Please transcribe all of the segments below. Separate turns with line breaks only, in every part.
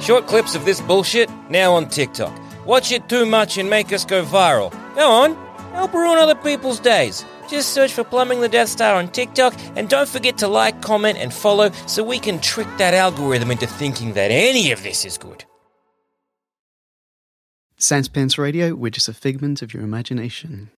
Short clips of this bullshit now on TikTok. Watch it too much and make us go viral. Go on, help ruin other people's days. Just search for Plumbing the Death Star on TikTok and don't forget to like, comment, and follow so we can trick that algorithm into thinking that any of this is good.
Sanspants Radio, we're just a figment of your imagination.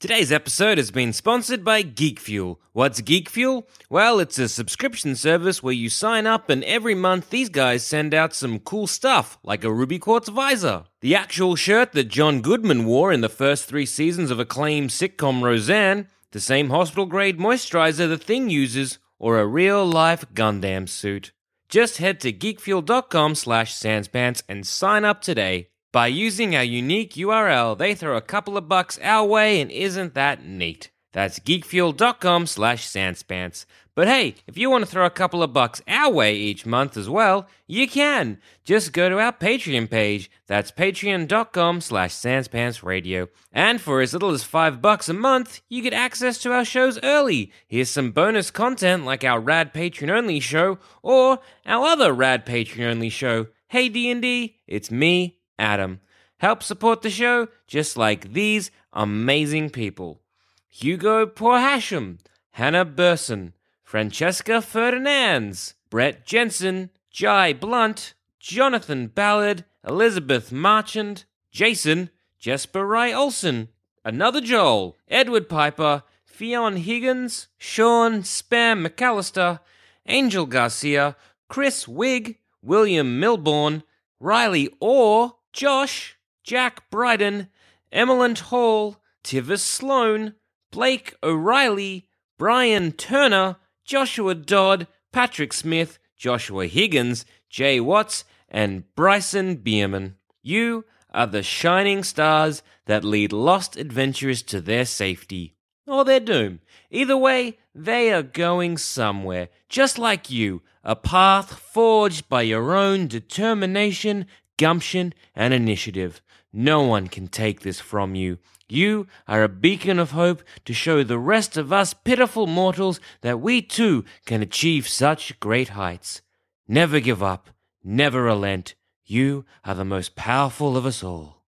Today's episode has been sponsored by Geek Fuel. What's Geek Fuel? Well, it's a subscription service where you sign up, and every month these guys send out some cool stuff, like a ruby quartz visor. The actual shirt that John Goodman wore in the first three seasons of acclaimed sitcom Roseanne, the same hospital grade moisturizer The Thing uses, or a real life Gundam suit. Just head to geekfuel.com slash sanspants and sign up today. By using our unique URL, they throw a couple of bucks our way, and isn't that neat? That's geekfuel.com slash sanspants. But hey, if you want to throw a couple of bucks our way each month as well, you can. Just go to our Patreon page. That's patreon.com slash sanspantsradio. And for as little as five bucks a month, you get access to our shows early. Here's some bonus content like our rad Patreon-only show, or our other rad Patreon-only show, Hey D&D, It's Me, Adam. Help support the show just like these amazing people. Hugo Porhasham, Hannah Burson, Francesca Ferdinands, Brett Jensen, Jai Blunt, Jonathan Ballard, Elizabeth Marchand, Jason, Jesper Rye Olson, Another Joel, Edward Piper, Fionn Higgins, Sean Spam McAllister, Angel Garcia, Chris Wigg, William Milbourne, Riley Orr, Josh, Jack Bryden, Emmeline Hall, Tivis Sloan, Blake O'Reilly, Brian Turner, Joshua Dodd, Patrick Smith, Joshua Higgins, Jay Watts, and Bryson Bierman. You are the shining stars that lead lost adventurers to their safety or their doom. Either way, they are going somewhere, just like you, a path forged by your own determination, gumption, and initiative. No one can take this from you. You are a beacon of hope to show the rest of us pitiful mortals that we too can achieve such great heights. Never give up, never relent. You are the most powerful of us all.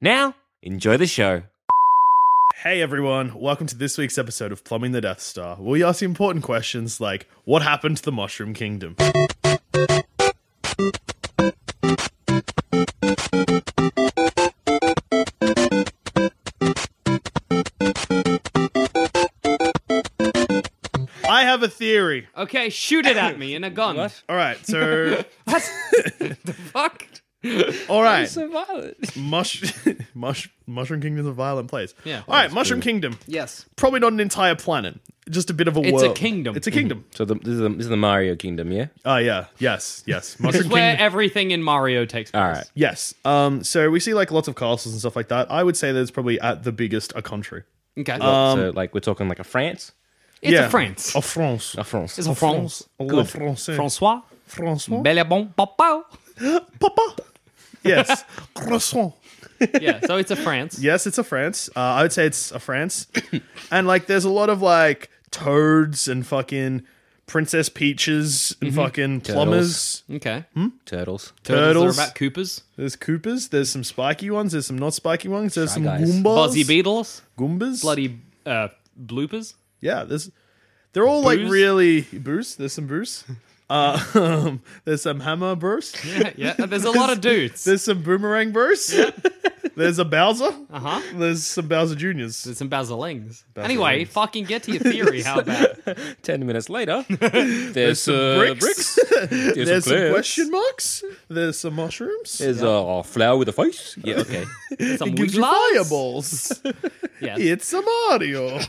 Now, enjoy the show.
Hey everyone, welcome to this week's episode of Plumbing the Death Star, where we ask important questions like what happened to the Mushroom Kingdom? I have a theory.
Okay, shoot it at me in a gun.
All right, so
Fuck.
all right,
So violent.
mush, mush, Mushroom Kingdom's a violent place.
Yeah.
All right, Mushroom Kingdom,
Yes.
probably not an entire planet, just a bit of a
It's a
world.
kingdom.
It's a kingdom.
So the, this, is the, this is the Mario Kingdom, yeah?
Oh yeah, yes, yes.
It's
Mushroom
where
Kingdom.
everything in Mario takes place.
All right.
Yes. Um. So we see like lots of castles and stuff like that. I would say that it's probably at the biggest a country.
Okay.
so like we're talking like a France,
it's
Uh, yeah. Oh,
a France.
A France.
a France.
It's a France.
La
Good.
France.
Francois.
François.
Belle et bon papa.
Papa. Yes. Croissant.
Yeah, so it's a France.
Yes, it's a France. Uh, I would say it's a France. and like, there's a lot of like toads and fucking princess peaches
Mm-hmm.
and fucking plumbers.
Okay.
Turtles.
Hmm? Turtles.
are about Coopers.
There's Coopers. There's some spiky ones. There's some not spiky ones. There's some
guys.
Goombas.
Buzzy Beetles.
Goombas.
Bloody uh, bloopers.
Yeah, this they're all like
Bruce?
really Bruce. There's some Bruce. Uh, um, there's some hammer Bruce.
Yeah, yeah. There's a lot of dudes.
There's some boomerang Bruce. there's a Bowser.
Huh?
There's some Bowser Juniors.
Uh-huh. There's some Basilings. Anyway, fucking get to your theory. How about
Ten minutes later, there's, some
uh,
bricks. There's,
There's some
plants.
question marks. There's some mushrooms.
There's a flower with a face. Yeah, okay.
some
it gives you
Ouijas?
fireballs.
Yeah.
it's a Mario.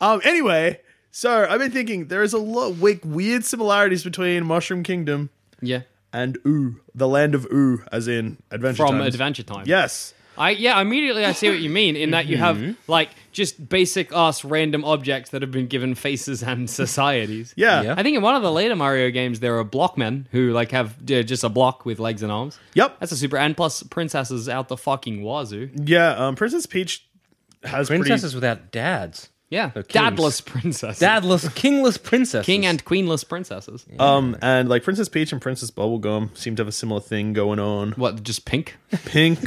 um. Anyway, so I've been thinking there is a lot of we- weird similarities between Mushroom Kingdom
yeah.
and Ooh, the land of Ooh, as in Adventure
From
Times.
Adventure Time.
Yes.
I yeah, immediately I see what you mean in that you have
Mm-hmm.
like just basic ass random objects that have been given faces and societies.
Yeah.
Yeah.
I think in one of the later Mario games there are block men who like have yeah, just a block with legs and arms.
Yep.
That's a super and plus
Mm.
princesses out the fucking wazoo.
yeah. Um, Princess Peach has
Princesses
Pretty,
without dads.
Yeah.
kings.
Dadless princesses.
Dadless, kingless princess.
King and queenless princesses.
Um, and like Princess Peach and Princess Bubblegum seem to have a similar thing going on.
What, just pink?
Pink.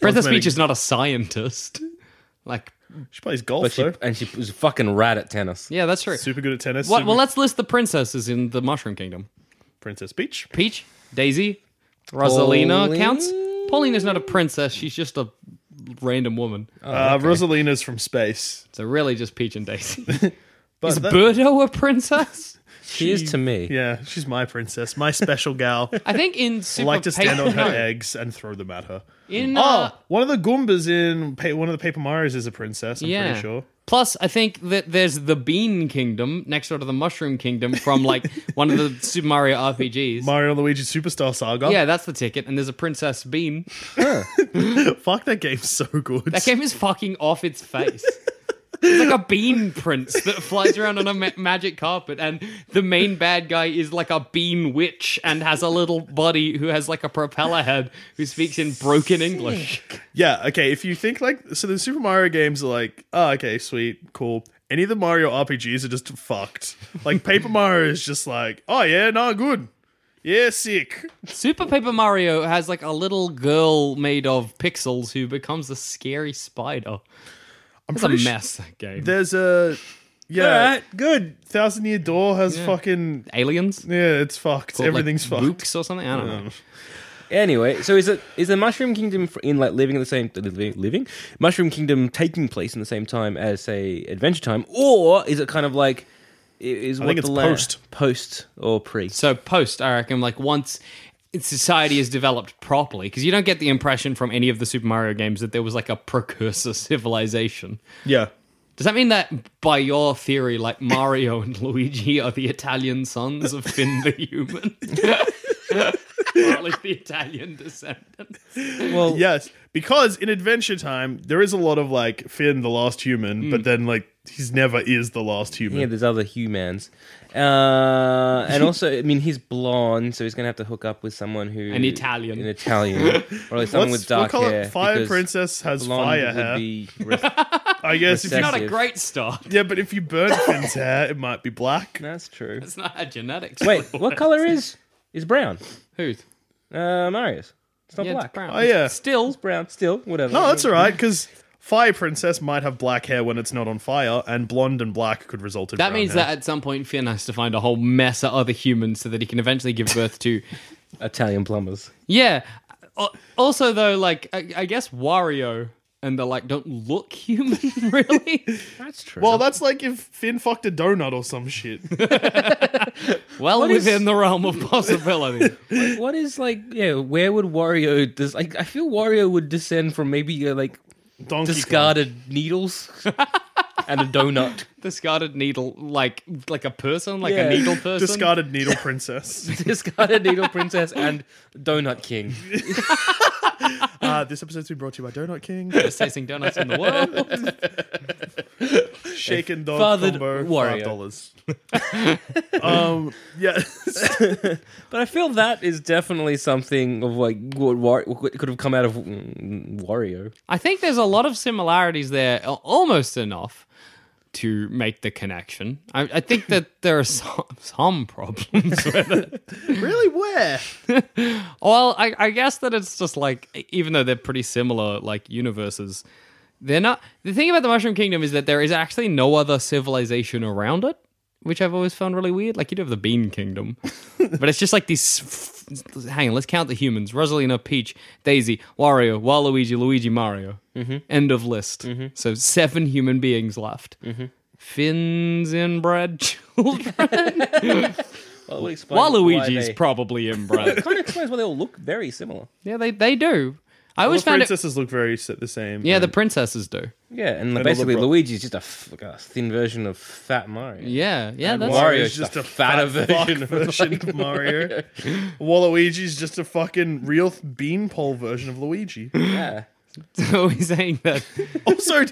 Princess
made a-
Peach is not a scientist. Like,
she plays golf
But she,
though.
and she was a fucking rat at tennis.
yeah, that's true.
Super good at tennis.
What,
super-
well, let's list the princesses in the Mushroom Kingdom.
Princess Peach.
Peach, Daisy, Rosalina
Pauline?
counts. Paulina's not a princess. She's just a random woman.
uh, Rosalina's from space.
So really, just Peach and Daisy.
But
Is
that-
Birdo a princess?
She is to me.
Yeah, she's my princess, my special gal. I
I think in Super
like to stand on
Paper-
her
no,
eggs and throw them at her.
In uh,
Oh, one of the Goombas in pa- one of the Paper Mario's is a princess. I'm
yeah.
pretty sure.
Plus, I think that there's the Bean Kingdom next door to the Mushroom Kingdom from like one of the Super Mario RPGs.
Mario and Luigi Superstar Saga.
yeah, that's the ticket. And there's a Princess Bean.
fuck that game's so good.
That game is fucking off its face. It's like a bean prince that flies around on a ma- magic carpet, and the main bad guy is like a bean witch and has a little body who has like a propeller head who speaks in broken English.
Yeah, okay. If you think like so, the Super Mario games are like, oh, okay, sweet, cool. Any of the Mario RPGs are just fucked. Like Paper Mario is just like, oh yeah, no, good. Yeah, sick.
Super Paper Mario has like a little girl made of pixels who becomes a scary spider.
I'm
It's a
pretty su-
mess, that game.
There's a yeah.
All right, good.
Thousand Year Door has fucking
Aliens?
yeah, it's fucked.
Called, like,
Everything's fucked. Um,
Books or something? I don't know.
Anyway, so is it is the Mushroom Kingdom f- in like living at the same living, living Mushroom Kingdom taking place in the same time as say Adventure Time, or is it kind of like i- is what
think
the
it's
la-
post.
post or pre?
So post, I reckon, like once society is developed properly, because you don't get the impression from any of the Super Mario games that there was like a precursor civilization.
Yeah.
Does that mean that, by your theory, like Mario and Luigi are the Italian sons of Finn the Human? or at least the Italian descendant.
Yes, because in Adventure Time there is a lot of like Finn, the last human, but then like he's never is the last human.
Yeah, there's other humans, uh, and also I mean he's blonde, so he's gonna have to hook up with someone who
An Italian.
an Italian, or like someone
Let's-
with dark
we'll call
hair.
it Fire
because
Princess has
blonde
fire
would
hair.
be
I guess if you
Not a
Yes.
great start.
Yeah, but if you burn Finn's hair, it might be black.
that's true.
It's not a genetics.
Wait, what color is is brown?
Who's?
Uh, Marius. It's not
Yeah,
black.
it's brown.
Oh, yeah.
Still,
It's brown. Still, whatever.
No, that's all right, because Fire Princess might have black hair when it's not on fire, and blonde and black could result in
That
brown
means
hair.
that at some point Finn has to find a whole mess of other humans so that he can eventually give birth to.
Italian plumbers.
yeah. Al- Also, though, like I, I guess Wario and they're like don't look human, really.
That's true.
Well, that's like if Finn fucked a donut or some shit.
well
is-
within the realm of possibility.
what is like? Yeah, where would Wario? Does like I feel Wario would descend from maybe uh, like
Donkey
discarded needles and a donut.
Discarded needle, like like a person, like
Yeah.
a needle
Kong.
person.
Discarded Needle Princess.
discarded needle princess and donut king.
Uh, this episode's been brought to you by Donut King,
Best tasting donuts in the world.
Shaken Dog
fathered
Combo,
Wario.
$5. um, yeah.
But I feel that is definitely something of like what War- what could have come out of mm, Wario.
I think there's a lot of similarities there, al- almost enough to make the connection. I, I think that there are some, some problems with it.
really? Where?
Well, I, I guess that it's just like e, even though they're pretty similar, like universes, they're not. The thing about the Mushroom Kingdom is that there is actually no other civilization around it, which I've always found really weird. Like you do have the Bean Kingdom, but it's just like these. f- Hang on, let's count the humans: Rosalina, Peach, Daisy, Wario, Waluigi, Luigi, Mario.
Mm-hmm.
End of list. So seven human beings left.
Mm-hmm.
Finn's inbred children.
Well, it explains why
Waluigi's
they-
probably inbred.
kind of explains why they all look very similar.
Yeah, they they do. I
All
always
the
found it.
princesses look very s- the same.
Yeah, the princesses do.
Yeah, and,
all the
basically
bro-
Luigi's just a, f- like a thin version of Fat Mario.
Yeah, yeah, that's
Wario-
Mario's just a fatter version, version of Mario. Waluigi's just a fucking real th- beanpole version of Luigi.
Yeah.
always saying that.
also,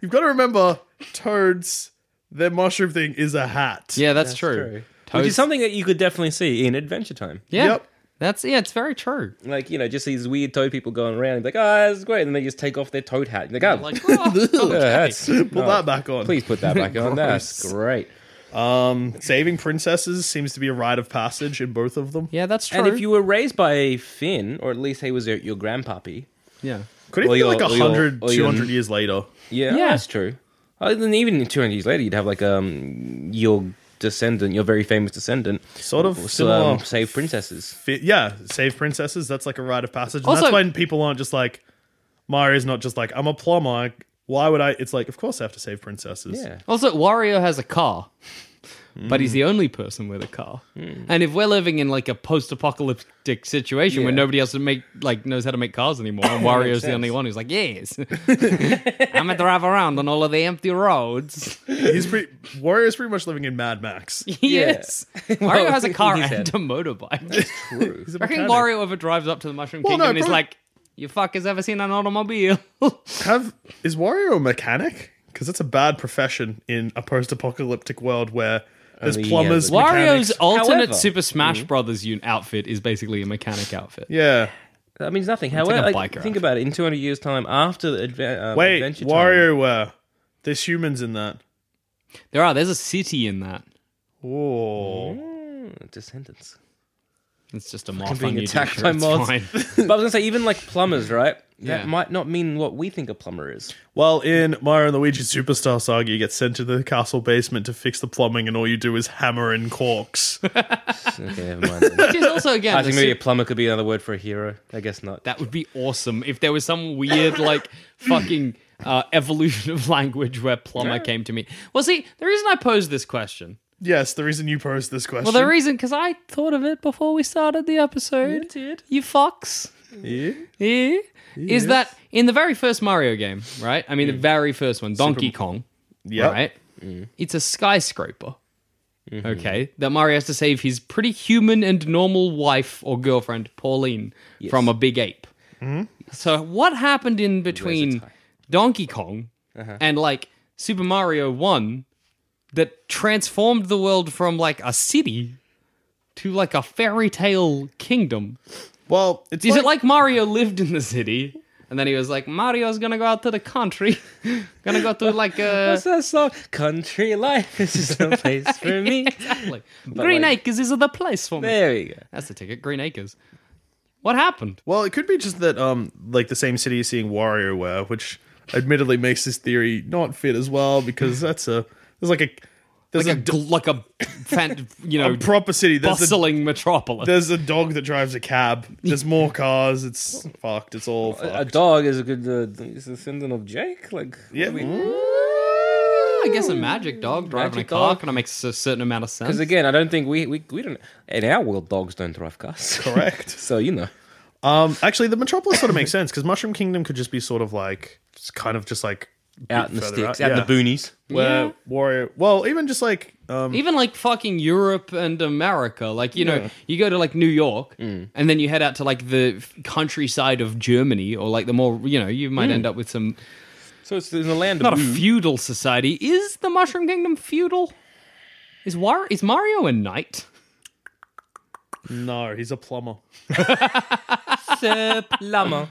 you've got to remember, Toads, their mushroom thing is a hat.
Yeah, that's, true.
Which is
Toads-
something that you could definitely see in Adventure Time.
Yeah,
Yep.
That's yeah, it's very true.
Like, you know, just these weird toad people going around. Like, oh, that's great. And they just take off their toad hat. Like, oh,
Like, oh,
yeah, that's,
Put
no,
that back on.
Please put that back on. That's great.
Um, saving princesses seems to be a rite of passage in both of them.
yeah, that's true.
And if you were raised by Finn, or at least he was your, your grandpappy,
yeah,
Could it
Or
be
your-
like
or your-
100,
or your-
200 years later?
yeah,
Yeah.
that's true. Uh, then even 200 years later, you'd have like um your descendant, your very famous descendant,
Sort of
s-
similar.
um, save princesses.
Fi- yeah, save princesses. That's like a rite of passage. And
Also-
that's when people aren't just like, Mario's not just like, I'm a plumber. Why would I? It's like, of course I have to save princesses.
Yeah,
Also, Wario has a car, but he's
Mm.
the only person with a car.
Hmm.
And if we're living in like a post-apocalyptic situation where
Yeah.
nobody else make like knows how to make cars anymore, and Wario's the
sense.
only one who's like, "Yes, I'm gonna drive around on all of the empty roads."
He's pretty, Wario's pretty much living in Mad Max.
yes, Wario has a car
he's
and
had-
a motorbike.
true.
He's a
I reckon
mechanic.
Wario ever drives up to the Mushroom
Well,
Kingdom
no,
and is
probably-
like, "You fuckers ever seen an automobile?"
Have, is Wario a mechanic? Because that's a bad profession in a post apocalyptic world where there's
Only he has
plumbers.
a-
Wario's
mechanics-
alternate
However-
Super Smash Brothers un- outfit is basically a mechanic outfit.
Yeah.
That means nothing.
like a
However, like,
bike ride.
think about it. In 200 years' time, after the adva- um,
Wait,
Adventure Time,
WarioWare. There's humans in that.
There are. There's a city in that.
Oh.
Mm, descendants.
It's just a moth
being
on your
attacked
t-shirt,
by
it's
moths.
fine.
but I was gonna say, even like plumbers, right?
Yeah.
That might not mean what we think a plumber is.
Well, in Mario and Luigi Superstar Saga, you get sent to the castle basement to fix the plumbing, and all you do is hammer in corks.
Okay, never mind. then.
Which is also again,
I
the
think maybe a
suit-
plumber could be another word for a hero. I guess not.
that would be awesome if there was some weird like fucking uh, evolution of language where plumber came to me. Well, see, the reason I posed this question,
yes, the reason you posed this question.
well, the reason because I thought of it before we started the episode. You, fucks. Yeah. Is that in the very first Mario game, right? I mean, the very first one, Donkey Kong.
Yep.
right? It's a skyscraper. Okay, that Mario has to save his pretty human and normal wife or girlfriend, Pauline, from a big ape. So, what happened in between
tie.
Donkey Kong and like Super Mario 1 that transformed the world from like a city to like a fairy tale kingdom?
Well, it's
Is
like,
it like Mario lived in the city? And then he was like, Mario's gonna go out to the country. gonna go to like uh, a.
What's that song? Country life is just no place for me.
exactly. Green
like-
Acres is the place for me.
There we go.
That's the ticket. Green Acres. What happened?
well, it could be just that, um, like the same city is seeing WarioWare, which admittedly makes this theory not fit as well because that's a there's like a there's
Like a,
a,
gl- like a fan, you know,
a proper city. There's a,
bustling metropolis.
there's a dog that drives a cab. There's more cars. It's fucked. It's all fucked.
A, a dog is a good uh, is a synonym of Jake. Like
yeah. Mm.
I guess a magic dog driving
Magic
a car
dog.
kind of makes a certain amount of sense.
Because again, I don't think we, we we don't in our world dogs don't drive cars.
Correct.
so you know.
Um, actually, the Metropolis sort of makes sense because Mushroom Kingdom could just be sort of like, it's kind of just like a bit
Out in the
further
sticks,
out,
out in the
yeah.
boonies.
Where
Yeah.
Warrior, well, even just like, um,
Even like fucking Europe and America, like you know, you go to like New York, and then you head out to like the f- countryside of Germany, or like the more you know, you might end up with some
So it's in the land
Mm. not
of
a
Boo.
feudal society. Is the Mushroom Kingdom feudal? Is War- is Mario a knight?
no, he's a plumber.
Sir Plumber.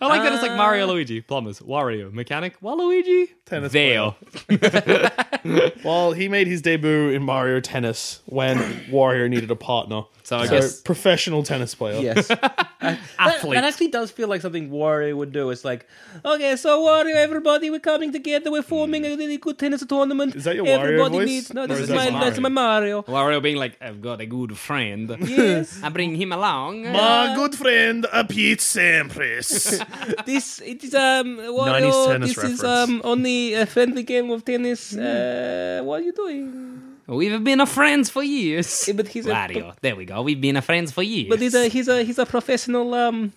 I like that it's like Mario,
Uh,
Luigi, plumbers, Wario, mechanic, Waluigi,
Tennis
there.
Well, he made his debut in Mario Tennis when Warrior needed a partner.
So I guess-
professional tennis player.
Yes. That,
Athlete.
that actually does feel like something Wario would do. It's like, okay, so Wario, everybody, we're coming together. We're forming
Hmm.
a really good tennis tournament.
Is that your Wario
everybody
voice?
Needs,
Or
no, this
is
is
that
my
Mario?
that's my Mario.
Wario being like, I've got a good friend.
Yes,
I bring him along.
My good friend, uh, Pete Sampras.
this it is um Wario.
90s tennis
this is
reference.
um only a friendly game of
Hmm.
tennis. Uh, what are you doing?
We've been a friends for years.
Yeah, but he's a-
Wario. there we go. We've been a friends for years.
But he's a he's a he's a professional um.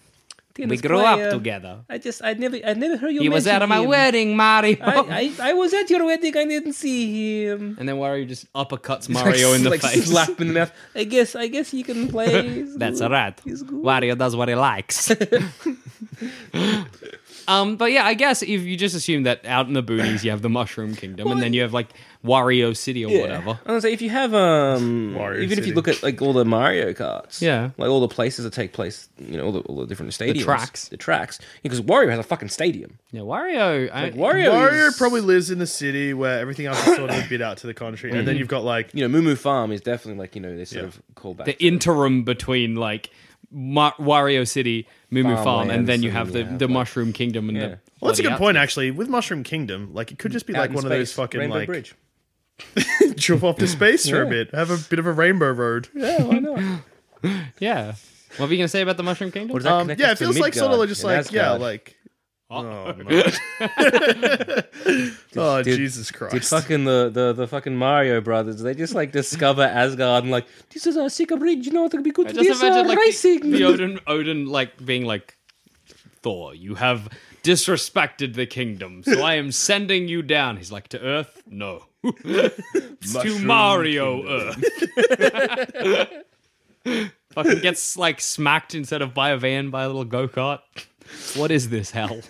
Tennis
we grew
player.
up together.
I just I never I never heard you.
He was
mention
at my
him.
wedding, Mario.
I, I I was at your wedding. I didn't see him.
and then Wario just uppercuts Mario in the
like
face.
slap in the mouth. I guess I guess you can play.
That's all right.
He's good.
Wario does what he likes. Um, but yeah, I guess if you just assume that out in the boonies you have the Mushroom Kingdom, and then you have like Wario City or whatever.
I was gonna say if you have um,
Wario
even if
City.
you look at like all the Mario Karts,
Yeah.
like all the places that take place, you know, all the, all the different stadiums,
tracks.
the tracks, because Wario has a fucking stadium.
Yeah, Wario. I,
Wario,
Mario
is-
probably lives in the city where everything else is sort of a bit out to the country, and
Mm-hmm.
then you've got like
you know, Moo Moo Farm is definitely like you know they sort of call back.
the interim between like Ma- Wario City, Moo Moo Farm, and
Farmlands
then you
and
have the,
you have,
the Mushroom Kingdom and
Yeah.
the.
Well, that's a
bloody
good
out-
point, actually. With Mushroom Kingdom, like it could just be
out
like
in
one of those
space,
fucking
Rainbow
like
Bridge.
jump off to space for a bit, have a bit of a rainbow road.
Yeah, why not?
Yeah. What were you gonna say about the Mushroom Kingdom?
What does that
Um,
connect
yeah, it
us to
feels like sort of
Midgard
like just
and
like yeah,
Asgard?
like oh, no. oh
Did-
Jesus
Did
Christ!
fucking the, the, the fucking Mario brothers? They just like discover Asgard and like this is a secret bridge. You know it could be good
I
for
just
this uh,
imagine like the,
racing.
the Odin, Odin like being like Thor, you have disrespected the kingdom, so I am sending you down. He's like to Earth, no, to Mario Earth. Fucking gets like smacked instead of by a van by a little go kart. What is this hell?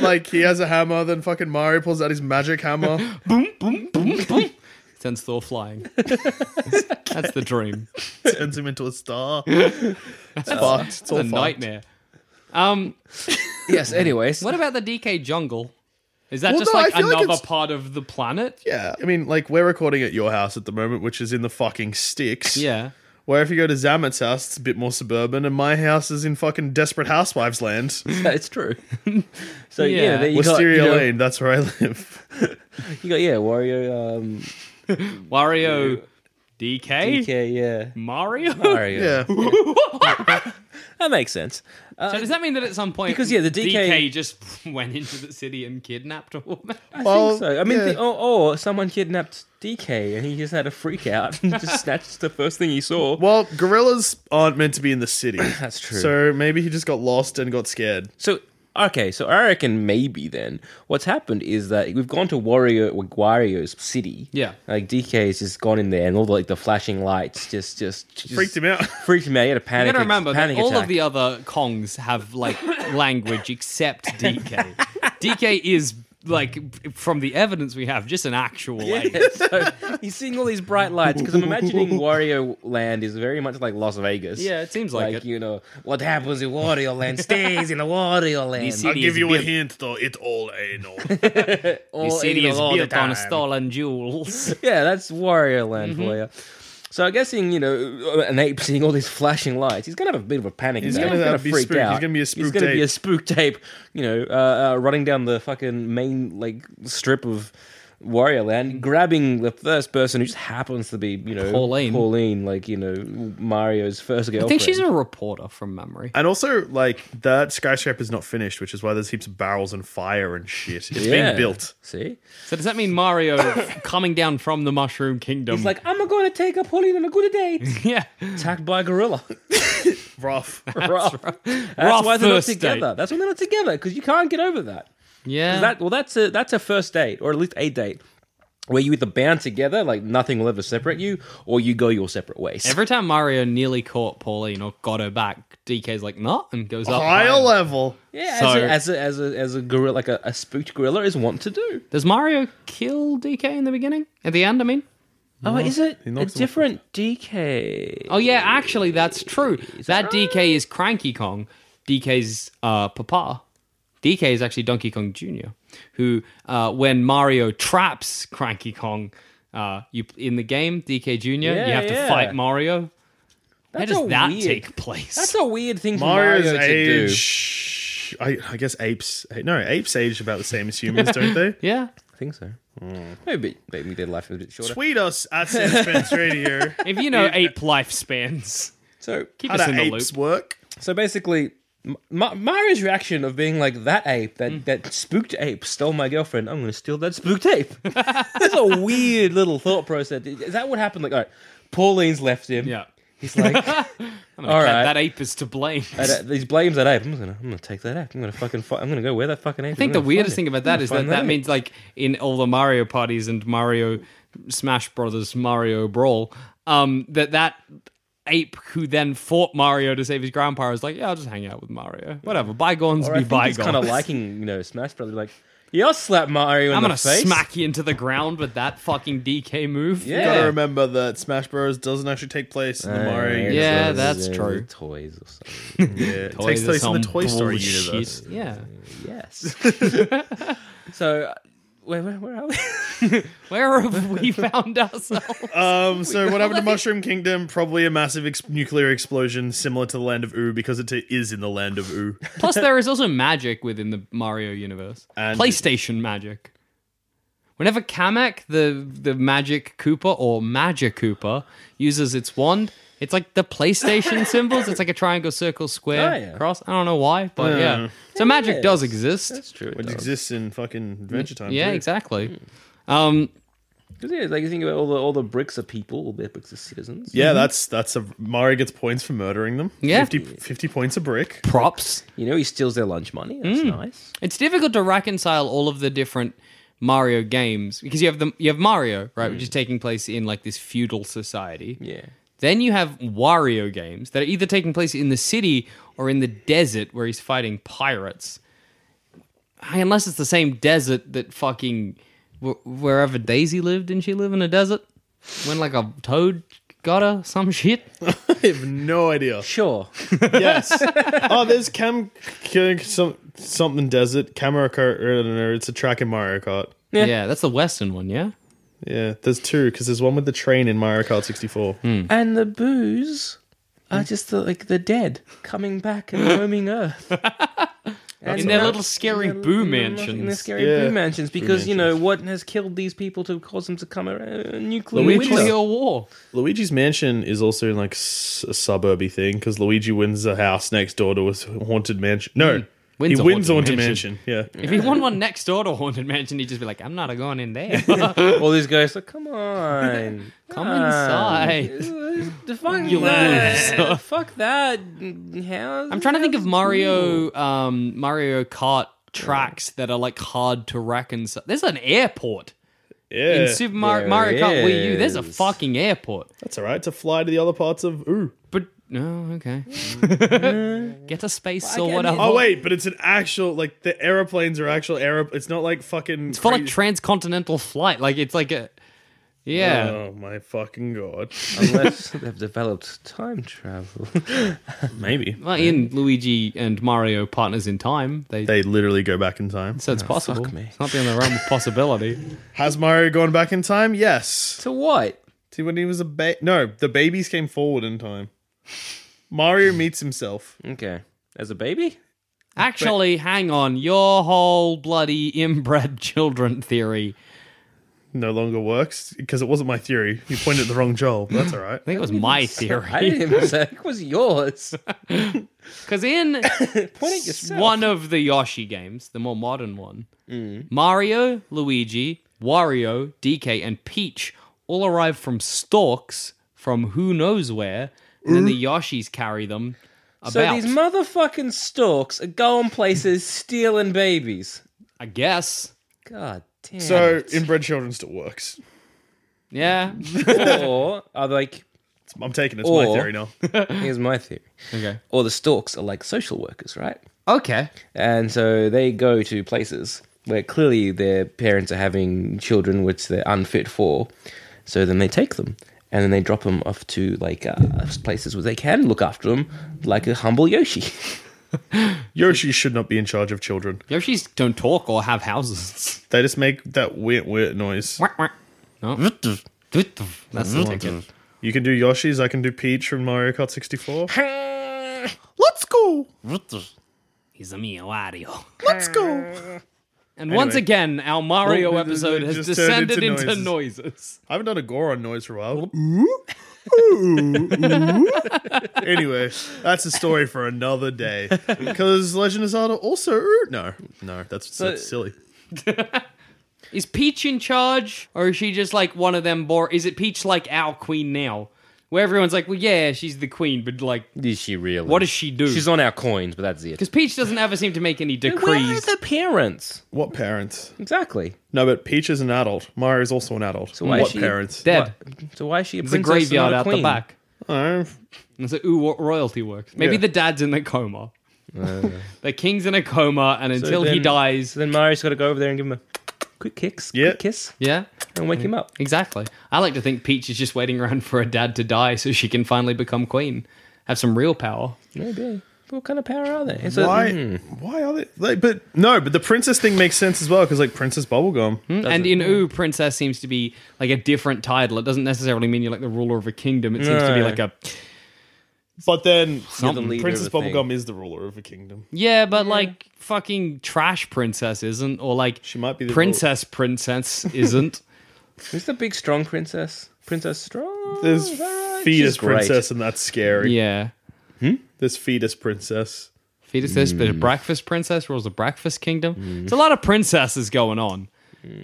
like he has a hammer, then fucking Mario pulls out his magic hammer.
Sends Thor flying. That's the dream.
turns him into a star. It's fucked. It's all
The
fucked.
nightmare. Um,
yes. Anyways,
what about the DK jungle? Is that
Well,
just
no, I
like
feel like
another
it's-
part of the planet?
Yeah, I mean, like we're recording at your house at the moment, which is in the fucking sticks.
Yeah.
Where if you go to Zamet's house, it's a bit more suburban, and my house is in fucking Desperate Housewives land,
it's true. so yeah,
Yeah.
there you got, you,
Wisteria
know,
Lane. That's where I live.
you got yeah Wario, um,
Wario, DK,
DK, yeah.
Mario.
Mario.
yeah.
That makes sense.
so does that mean that at some point,
Uh, Because, yeah, the DK
just went into the city and kidnapped a woman?
Well,
think so. I mean,
yeah.
the, or, or someone kidnapped DK and he just had a freak out and just snatched the first thing he saw.
Well, gorillas aren't meant to be in the city.
That's true.
So maybe he just got lost and got scared.
So okay, so I reckon maybe then what's happened is that we've gone to Wario Wario's city.
Yeah.
like DK has just gone in there and all the like the flashing lights just just, just
Freaked him out.
Freaked him out. He had a
You
panic.
gotta remember that
panic
all
attack.
of the other Kongs have like language except DK. DK is like, from the evidence we have, just an actual language.
so he's seeing all these bright lights because I'm imagining Wario Land is very much like Las Vegas.
Yeah, it seems like it.
you know what happens in Wario Land stays in the Wario Land.
These- I'll City give is you a built-
hint, though. It all anal.
All
The city
anal
is
all the
built on
time.
stolen jewels.
Yeah, that's Wario Land
Mm-hmm.
for you. So I'm guessing you know an ape seeing all these flashing lights, he's gonna have a bit of a panic.
He's
attack.
gonna
he's
have- be
freak
spooked.
out.
He's gonna be a
He's
spooked
gonna be
ape.
a spooked ape. You know, uh, uh, running down the fucking main like strip of. Wario Land, grabbing the first person who just happens to be, you know,
Pauline.
Pauline, like you know, Mario's first girlfriend.
I think she's a reporter from memory.
And also, like, that skyscraper's not finished, which is why there's heaps of barrels and fire and shit. It's
Yeah.
being built.
See,
So does that mean Mario coming down from the Mushroom Kingdom?
he's like, I'm going to take up Pauline on a good date.
yeah,
Attacked by a gorilla.
Rough.
Rough. That's
Rough
why they're not
first date.
together. That's why they're not together because you can't get over that.
yeah.
That well, that's a that's a first date, or at least a date, where you either band together, like nothing will ever separate you, or you go your separate ways.
Every time Mario nearly caught Pauline or got her back, DK's like, nah, and goes up.
Higher
higher.
level.
yeah,
so-
as, a, as a as a as a gorilla, like a, a spooked gorilla, is want to do.
Does Mario kill DK in the beginning? At the end, I mean?
Oh, wait, is it a
knocks him off
different DK?
Oh, yeah, actually, that's true. That DK is Cranky Kong, DK's uh, papa. DK is actually Donkey Kong Jr., who, uh, when Mario traps Cranky Kong uh, you in the game, DK Jr., you have
yeah.
to fight Mario.
That's
How
a
does that
weird-
take place?
That's a weird thing for
Mario's
Mario to do.
age. I, I guess apes. No, apes age about the same as humans, don't they?
yeah.
I think so.
Hmm.
Maybe maybe their life is a bit shorter.
Tweet us at Sam Spence Radio.
If you know ape lifespans,
So
keep
How
us
do
in the loop.
apes work?
So basically, M- Ma- Mario's reaction of being like that ape,
Mm.
that that spooked ape stole my girlfriend. I'm going to steal that spooked ape. That's a weird little thought process. Is that what happened? Like, all right, Pauline's left him.
Yeah.
He's like,
I'm gonna
All
cut-
right.
That ape is to blame.
and, uh, he blames that ape. I'm gonna, I'm gonna take that ape. I'm gonna fucking, fi- I'm gonna go where that fucking ape.
I think the weirdest thing about
Mm,
that is that that means like in all the Mario parties and Mario Smash Brothers Mario Brawl, um, that that ape who then fought Mario to save his grandpa is like, yeah, I'll just hang out with Mario. Whatever. Bygones
Or I
be
think
bygones.
he's kind of liking, you know, Smash Brothers. Like, yeah, I'll slap Mario in
I'm
the
gonna
face.
smack you into the ground with that fucking DK move.
Yeah.
Gotta remember that Smash Bros. doesn't actually take place in the Mario
yeah.
universe.
that's true.
Toys or something.
Yeah, it
Toys
takes
are
place in the
some
Toy Story
bullshit.
universe.
Yeah.
Yes. so, uh, where, where, where are we?
Where have we found ourselves?
Um, so what happened to Mushroom Kingdom? Probably a massive ex- nuclear explosion similar to the land of Ooh because it is in the land of Ooh.
Plus, there is also magic within the Mario universe.
And-
PlayStation magic. Whenever Kamek, the the Magic Koopa or Magic Koopa, uses its wand, it's like the PlayStation symbols. It's like a triangle, circle, square,
Oh, yeah.
cross. I don't know why, but
Yeah.
yeah. So magic
Yes.
does exist.
That's true. It
Which
does.
exists in fucking Adventure Time.
Mm, Yeah,
too.
exactly. Um,
'Cause, yeah, like you think about all the all the bricks are people, all the bricks are citizens.
Yeah, that's that's a Mario gets points for murdering them.
Mm-hmm. Yeah.
50, 50 points a brick.
props.
You know, he steals their lunch money. That's nice.
It's difficult to reconcile all of the different Mario games because you have the you have Mario, right, which is taking place in like this feudal society.
Yeah.
Then you have Wario games that are either taking place in the city or in the desert where he's fighting pirates. Unless it's the same desert that fucking wh- wherever Daisy lived, didn't she live in a desert? When like a toad got her, some shit.
I have no idea.
Sure.
Yes. oh, there's Cam K- some something desert Camera Kart. I don't know. It's a track in Mario Kart.
Yeah, that's the western one, yeah.
Yeah, there's two because there's one with the train in Mario Kart 64.
Hmm.
and the boos are just the, like the dead coming back and roaming Earth. And
In their
that-
little scary
in in
boo
In their
mansions.
scary
Yeah.
boo mansions, because you know what has killed these people to cause them to come around? Nuclear
Luigi's-
winter.
Nuclear war.
Luigi's Mansion is also like s- a suburby thing because Luigi wins a house next door to his haunted mansion. No,
Hmm. Wins
he
a
wins
haunted
haunted mansion.
mansion.
Yeah,
If he won one next door to Haunted Mansion, he'd just be like, I'm not a going in there.
All these guys like, come on,
Come
on.
inside.
The fuck
You
that.
loser.
Fuck that. How?
I'm trying to think of Mario um, Mario Kart tracks that are like hard to reconcile. There's an airport
yeah.
in Super Mar-
There
Mario Kart Wii U. There's a
is.
fucking airport.
That's all right to fly to the other parts of ooh.
But no, okay. Get a space or
can't
whatever.
Oh wait, but it's an actual like the aeroplanes are actual aero. It's not like fucking.
It's for like transcontinental flight. Like it's like a yeah.
Oh my fucking god!
Unless they've developed time travel.
Maybe
well, in Luigi and Mario partners in time. They, Oh,
they literally go back in time.
so it's possible.
me.
It's not beyond the realm of possibility.
Has Mario gone back in time? Yes.
to what?
See when he was a baby. No, the babies came forward in time. Mario meets himself.
Okay, as a baby.
Actually, hang on. Your whole bloody inbred children theory.
no longer works because it wasn't my theory. You pointed at the wrong Joel, but that's all right.
I think it was my
I
theory.
didn't even say it was yours.
Because in
Point at yourself.
one of the Yoshi games, the more modern one,
Mm.
Mario, Luigi, Wario, DK, and Peach all arrive from stalks from who knows where, and then the Yoshis carry them
So
about.
these motherfucking storks are going places stealing babies.
I guess.
God damn.
So
it.
inbred children still works.
Yeah.
or are like,
It's- I'm taking it. it's my
Or-
theory now.
here's my theory.
okay.
Or the storks are like social workers, right?
Okay.
And so they go to places where clearly their parents are having children which they're unfit for. So then they take them and then they drop them off to like uh, places where they can look after them, like a humble Yoshi.
Yoshi should not be in charge of children.
Yoshis don't talk or have houses.
They just make that weird, weird noise.
No. That's the ticket.
You can do Yoshi's. I can do Peach from Mario Kart 64.
He's a me, Wario.
Let's go.
And once
Anyway.
again, our Mario
Well, it- it-
episode
it
has
just turned
descended
into
into, noises.
I haven't done a Goron noise for a while. anyway, that's a story for another day. Because Legend of Zelda also. No, no, that's, that's silly.
Is Peach in charge, or is she just like one of them? Bor- is it Peach like our queen now, where everyone's like, well, yeah, she's the queen, but like,
Is she really?
what does she do?
She's on our coins, but that's it.
Because Peach doesn't ever seem to make any
Where are
decrees.
the parents?
What parents?
Exactly.
No, but Peach is an adult. Mario is also an adult.
why is
what
she
parents?
Dead.
So why is she a
There's a
princess and
graveyard
not a
out the
queen?
back.
Oh,
And so, ooh, what royalty works? Maybe
Yeah.
the dad's in the coma. the king's in a coma, and until he
then-
dies,
So then Mario's got to go over there and give him a quick kicks,
Yeah.
quick kiss,
yeah,
and wake him up.
exactly. I like to think Peach is just waiting around for a dad to die so she can finally become queen, have some real power.
Maybe. What kind of power are they? It's a-
why?
mm,
Why are they? Like, but no, but the princess thing makes sense as well because like Princess Bubblegum.
Hmm?
and in Ooh, princess seems to be like a different title. It doesn't necessarily mean you're like the ruler of a kingdom. It seems to be
No.
like a
But then
the leader
Princess
of a thing.
Bubblegum is the ruler of a kingdom.
yeah, but like fucking trash princess isn't, or like
She might be the
princess princess isn't.
Who's the big strong princess? Princess Strong?
There's
is that Oh, right?
fetus
She's great.
princess, and that's scary.
yeah,
There's fetus princess.
fetus this, but a
Mm.
breakfast princess rules the breakfast kingdom. It's a lot of princesses going on.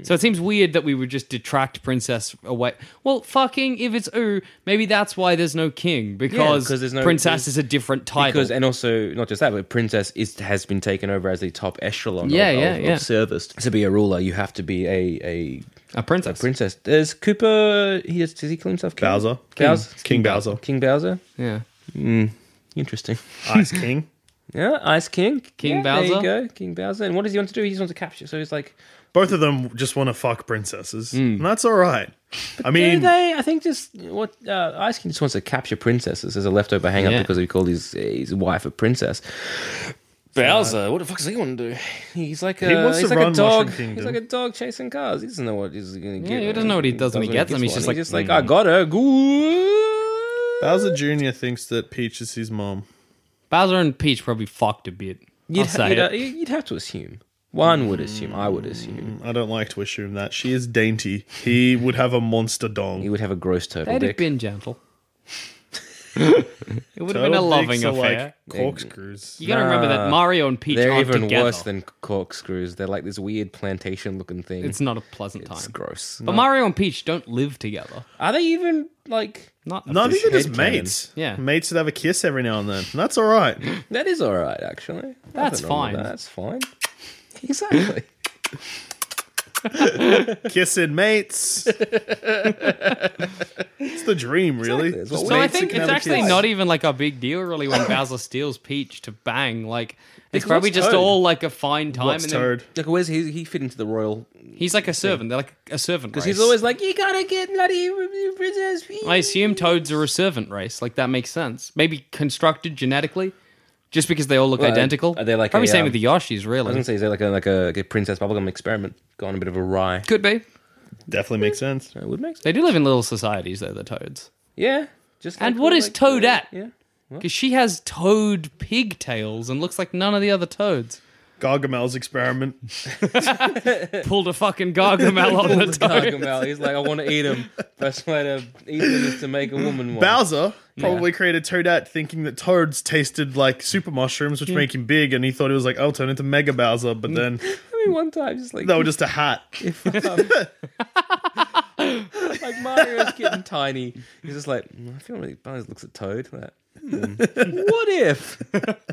So it seems weird that we would just detract princess away. Well, fucking if it's ooh, maybe that's why there's no king because
because there's no-
princess
there's-
is a different title.
Because and also not just that, but princess is has been taken over as the top echelon
Yeah,
of,
yeah,
of,
yeah.
of service. To be a ruler, you have to be a, a
a princess.
princess. There's Cooper. He does, does he call himself King?
Bowser.
Bowser.
King, King Bowser.
King Bowser.
yeah.
Interesting.
Ice King.
Yeah, Ice King.
King
Yeah,
Bowser.
There you go, King Bowser. And what does he want to do? He just wants to capture. So he's like,
Both of them just want to fuck princesses, and that's all right. I
Hmm. do
mean,
they? I think just what uh, Ice King just wants to capture princesses as a leftover hang up
Yeah.
because he called his his wife a princess. Bowser, what the fuck does he want to do? He's like a
He wants
he's
to
like a
run
dog.
Mushroom Kingdom.
He's like a dog chasing cars. He doesn't know what he's going to get.
he doesn't know what he does when he gets them. He's just
one.
like,
I got her. Good.
Bowser Jr. thinks that Peach is his mom.
Bowser and Peach probably fucked a bit. I'll
You'd, ha-
say
you'd,
it.
uh, you'd have to assume. One would assume. I would assume.
I don't like to assume that she is dainty. He would have a monster
He
dong.
would have a gross turtle
They'd have
dick.
been gentle. it would have been a
Turtle
loving
dicks are
affair.
Like corkscrews.
you gotta remember that
Nah,
Mario and Peach
They're
aren't
even
together.
worse than corkscrews. They're like this weird plantation-looking thing.
It's not a pleasant
It's
time.
gross.
But Mario and Peach don't live together.
Are they even like?
Not
No, I think they're just
Head cannon.
mates.
Yeah.
Mates that have a kiss every now and then. And that's all right.
That is all right, actually.
That's
Nothing wrong with
fine.
that. That's fine. Exactly.
Kissing mates. it's the dream, really.
Exactly. It's what
Just
we-
so I
mates that
think
can
it's
have a
actually
kiss.
not even like a big deal, really, when Bowser steals Peach to bang. Like it's
Because
probably
what's
just
Toad?
all like a fine time,
What's
and then
turd?
Like, where's he? He fit into the royal
he's like a servant. They're like a servant
because
race.
he's always like, you gotta get bloody princess.
I assume toads are a servant race. Like that makes sense. Maybe constructed genetically, just because they all look
Well,
identical.
are they like
probably
a,
same
um,
with the Yoshis?
I was
Really,
gonna say, is there like a like a, like a princess bubblegum experiment gone a bit of a wry?
could be.
Definitely makes sense.
That would make sense.
They do live in little societies, though. The toads,
Yeah. Just
And
like
what
all,
is
like,
Toad
uh,
at?
Yeah.
because she has toad pigtails and looks like none of the other toads.
Gargamel's experiment.
Pulled a fucking gargamel on the toad.
Gargamel. He's like, I want to eat him. Best way to eat him is to make a woman one.
Bowser probably created Toadette thinking that toads tasted like super mushrooms, which make him big, and he thought it was like, I'll turn into Mega Bowser, but then
Mm.
I mean, one time, just like
they were just a hat.
um, Like Mario's getting tiny. He's just like, "Mm, I feel really. Bowser looks at Toad. Like, "Hmm, what if?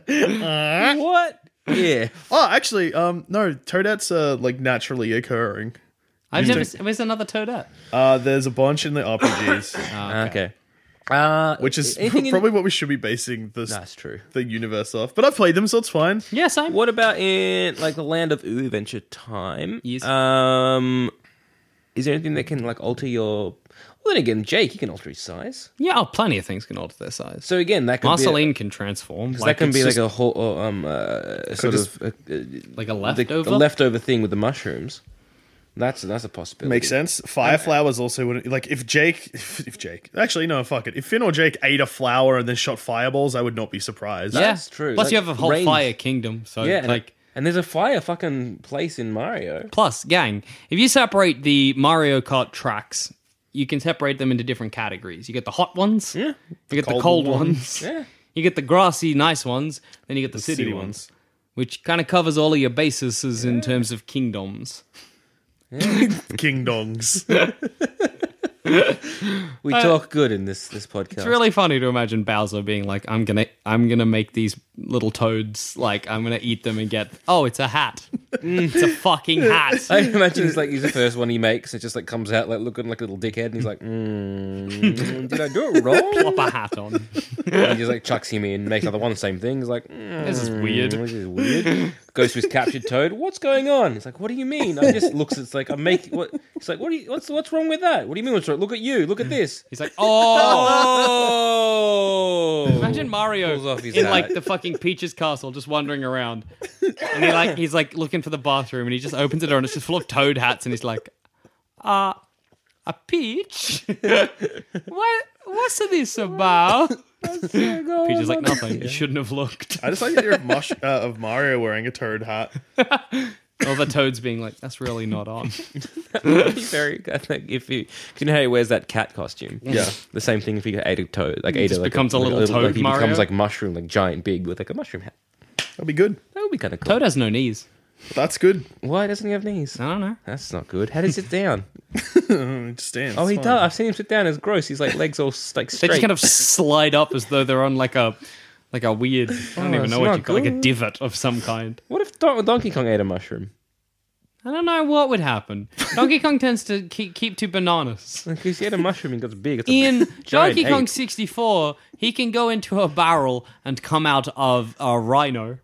what if?
Oh, actually, um, no, Toadettes are like naturally occurring.
I've never. seen- Where's another toadette?
Uh, there's a bunch in the RPGs,
Ah, Okay. Uh,
which is
anything in-
probably what we should be basing this
that's true.
the universe off. But I've played them, so it's fine.
Yeah, same.
What about in like the land of Ooh Adventure Time?
Yes.
Um, is there anything that can like alter your? Well, then again, Jake, he can alter his size.
Yeah, oh, plenty of things can alter their size.
So again, that could be.
Marceline can transform.
A, that can
it's
be like
just
a whole uh, um uh, sort
just-
of uh, uh,
like
the-
a leftover.
a leftover thing with the mushrooms. That's that's a possibility.
Makes sense. Fire flowers also wouldn't like if Jake, if, if Jake, actually no, fuck it. If Finn or Jake ate a flower and then shot fireballs, I would not be surprised.
yeah.
That's true.
Plus,
Like,
you have a whole
range.
fire kingdom. So
Yeah, and,
like.
and there's a fire fucking place in Mario.
Plus, gang, if you separate the Mario Kart tracks, you can separate them into different categories. You get the hot ones, yeah. you get the
cold
cold
ones.
ones,
Yeah.
you get the grassy, nice ones, then you get the, city,
City
ones,
ones.
which kind of covers all of your bases in terms of kingdoms.
King dongs.
We talk good in this this podcast.
It's really funny to imagine Bowser being like, "I'm gonna, I'm gonna make these little toads like I'm gonna eat them and get." Oh, it's a hat. It's a fucking hat.
Mm. I imagine he's like he's the first one he makes. It just like comes out like looking like a little dickhead, and he's like, mm, "Did I do it wrong?"
Plop a hat on.
And he just like chucks him in, makes another one, same thing. He's like, mm,
This is weird.
This is weird. Goes to his captured toad. What's going on? He's like, "What do you mean?" I just looks. It's like I'm making. What? He's like, "What? Do you, what's what's wrong with that? What do you mean? What's wrong? Look at you. Look at this."
He's like, oh.
Oh!
Imagine
Pulls
Mario
off his
in
hat.
like the fucking Peach's castle, just wandering around, and he like he's like looking for the bathroom, and he just opens the door, and it's just full of toad hats, and he's like, "Uh, a peach? what? What's this about?" Peach is like, "Nothing. You shouldn't have looked."
I just like the idea of, Mush- uh, of Mario wearing a turd hat.
All the toads being like, "That's really not on."
It'd be very good. Like if you, 'cause you know how he wears that cat costume.
Yeah.
the same thing if he ate a toad, like ate
just
a, like
becomes a
like
little toad
Like he
Mario.
becomes like mushroom, like giant, big with like a mushroom hat.
That'd be good.
That would be kind of cool.
Toad has no knees.
That's good.
Why doesn't he have knees?
I don't know.
That's not good. How does he sit down?
It stands.
Oh, he
Fine.
does. I've seen him sit down. It's gross. He's like legs all s- like
They
straight.
just kind of slide up as though they're on like a like a weird. I don't
Oh,
even know
it's
what
not
you call like a
good.
divot of some kind.
What if Don- Donkey Kong ate a mushroom?
I don't know what would happen. Donkey Kong tends to keep, keep to bananas.
Because he ate a mushroom and got big. It's a
In
giant
Donkey Kong
ape.
64, he can go into a barrel and come out of a rhino.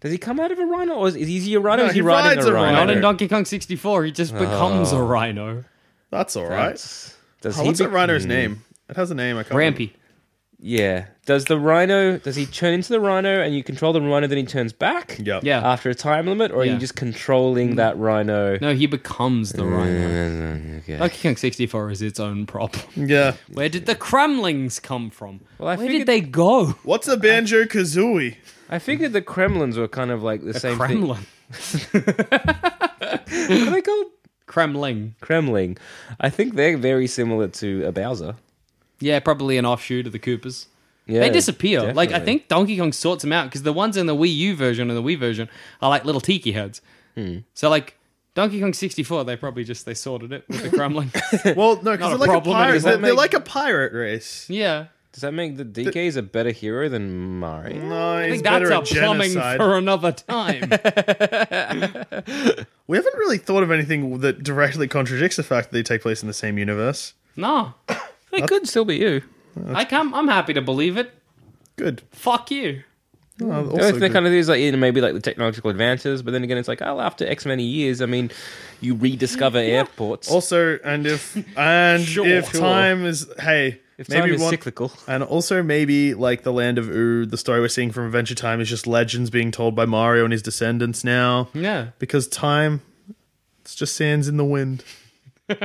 Does he come out of a rhino, or is, is he a rhino?
No,
or is he,
he
riding
rides
a
a
rhino? Oh.
rhino.
Not in Donkey Kong 64, he just becomes a rhino.
That's all right.
That's- Does
Oh,
he
what's that
be-
rhino's name? It has a name. I can't. remember.
Rampy.
Yeah. Does the rhino? Does he turn into the rhino and you control the rhino? Then he turns back.
Yep.
Yeah.
After a time limit, or are
Yeah. Mm.
you just controlling that rhino?
No, he becomes the rhino.
Okay.
Donkey Kong 64 is its own problem.
Yeah.
Where did the Kremlings come from?
Well, I
Where did
figured-
they go?
What's a banjo kazooie?
I figured the Kremlins were kind of like the same
Kremlin.
thing. What are they called?
Kremling.
Kremling. I think they're very similar to a Bowser.
Yeah, probably an offshoot of the Coopers.
Yeah,
they disappear. Like I
definitely.
think Donkey Kong sorts them out because the ones in the Wii U version and the Wii version are like little tiki heads.
Hmm.
So like Donkey Kong 64, they probably just they sorted it with the Kremlin.
Well, no, because
Not a
they're like
problem,
a pirate.
does
They're,
that
they're
make-
like a pirate race.
yeah,
Does that make the DKs a better hero than Mario?
No,
I
he's
think that's
better
a
at
plumbing
genocide.
for another time.
We haven't really thought of anything that directly contradicts the fact that they take place in the same universe.
no,
It could still be you.
I can I'm happy to believe it.
Good.
Fuck you.
Oh, also
The only thing that
good.
kind of is like you know, maybe like the technological advances, but then again, it's like oh, after X many years, I mean, you rediscover airports.
Also, and if and
Sure.
if
Sure.
time is hey,
if
maybe
time is
one,
cyclical.
and also maybe like the land of Ooh, the story we're seeing from Adventure Time is just legends being told by Mario and his descendants now.
Yeah.
because time it's just sands in the wind.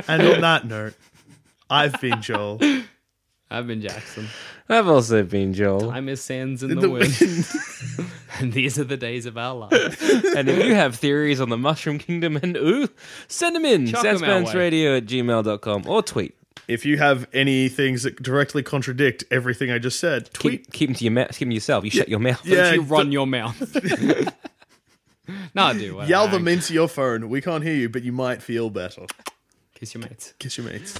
and on that note, I've been Joel.
I've been Jackson.
I've also been Joel.
I'm his sands in the,
the
wind. and these are the days of our lives.
and if you have theories on the Mushroom Kingdom and ooh, send them in.
Chuck 'em our way.
Sanspansradio at gmail.com or tweet.
If you have any things that directly contradict everything I just said, tweet.
Keep, keep them to your mouth. Keep 'em yourself. You shut your mouth.
Yeah,
you
d-
run your mouth. no, I do. I-
Yell
I-
them into your phone. We can't hear you, but you might feel better.
Kiss your mates.
Kiss your mates.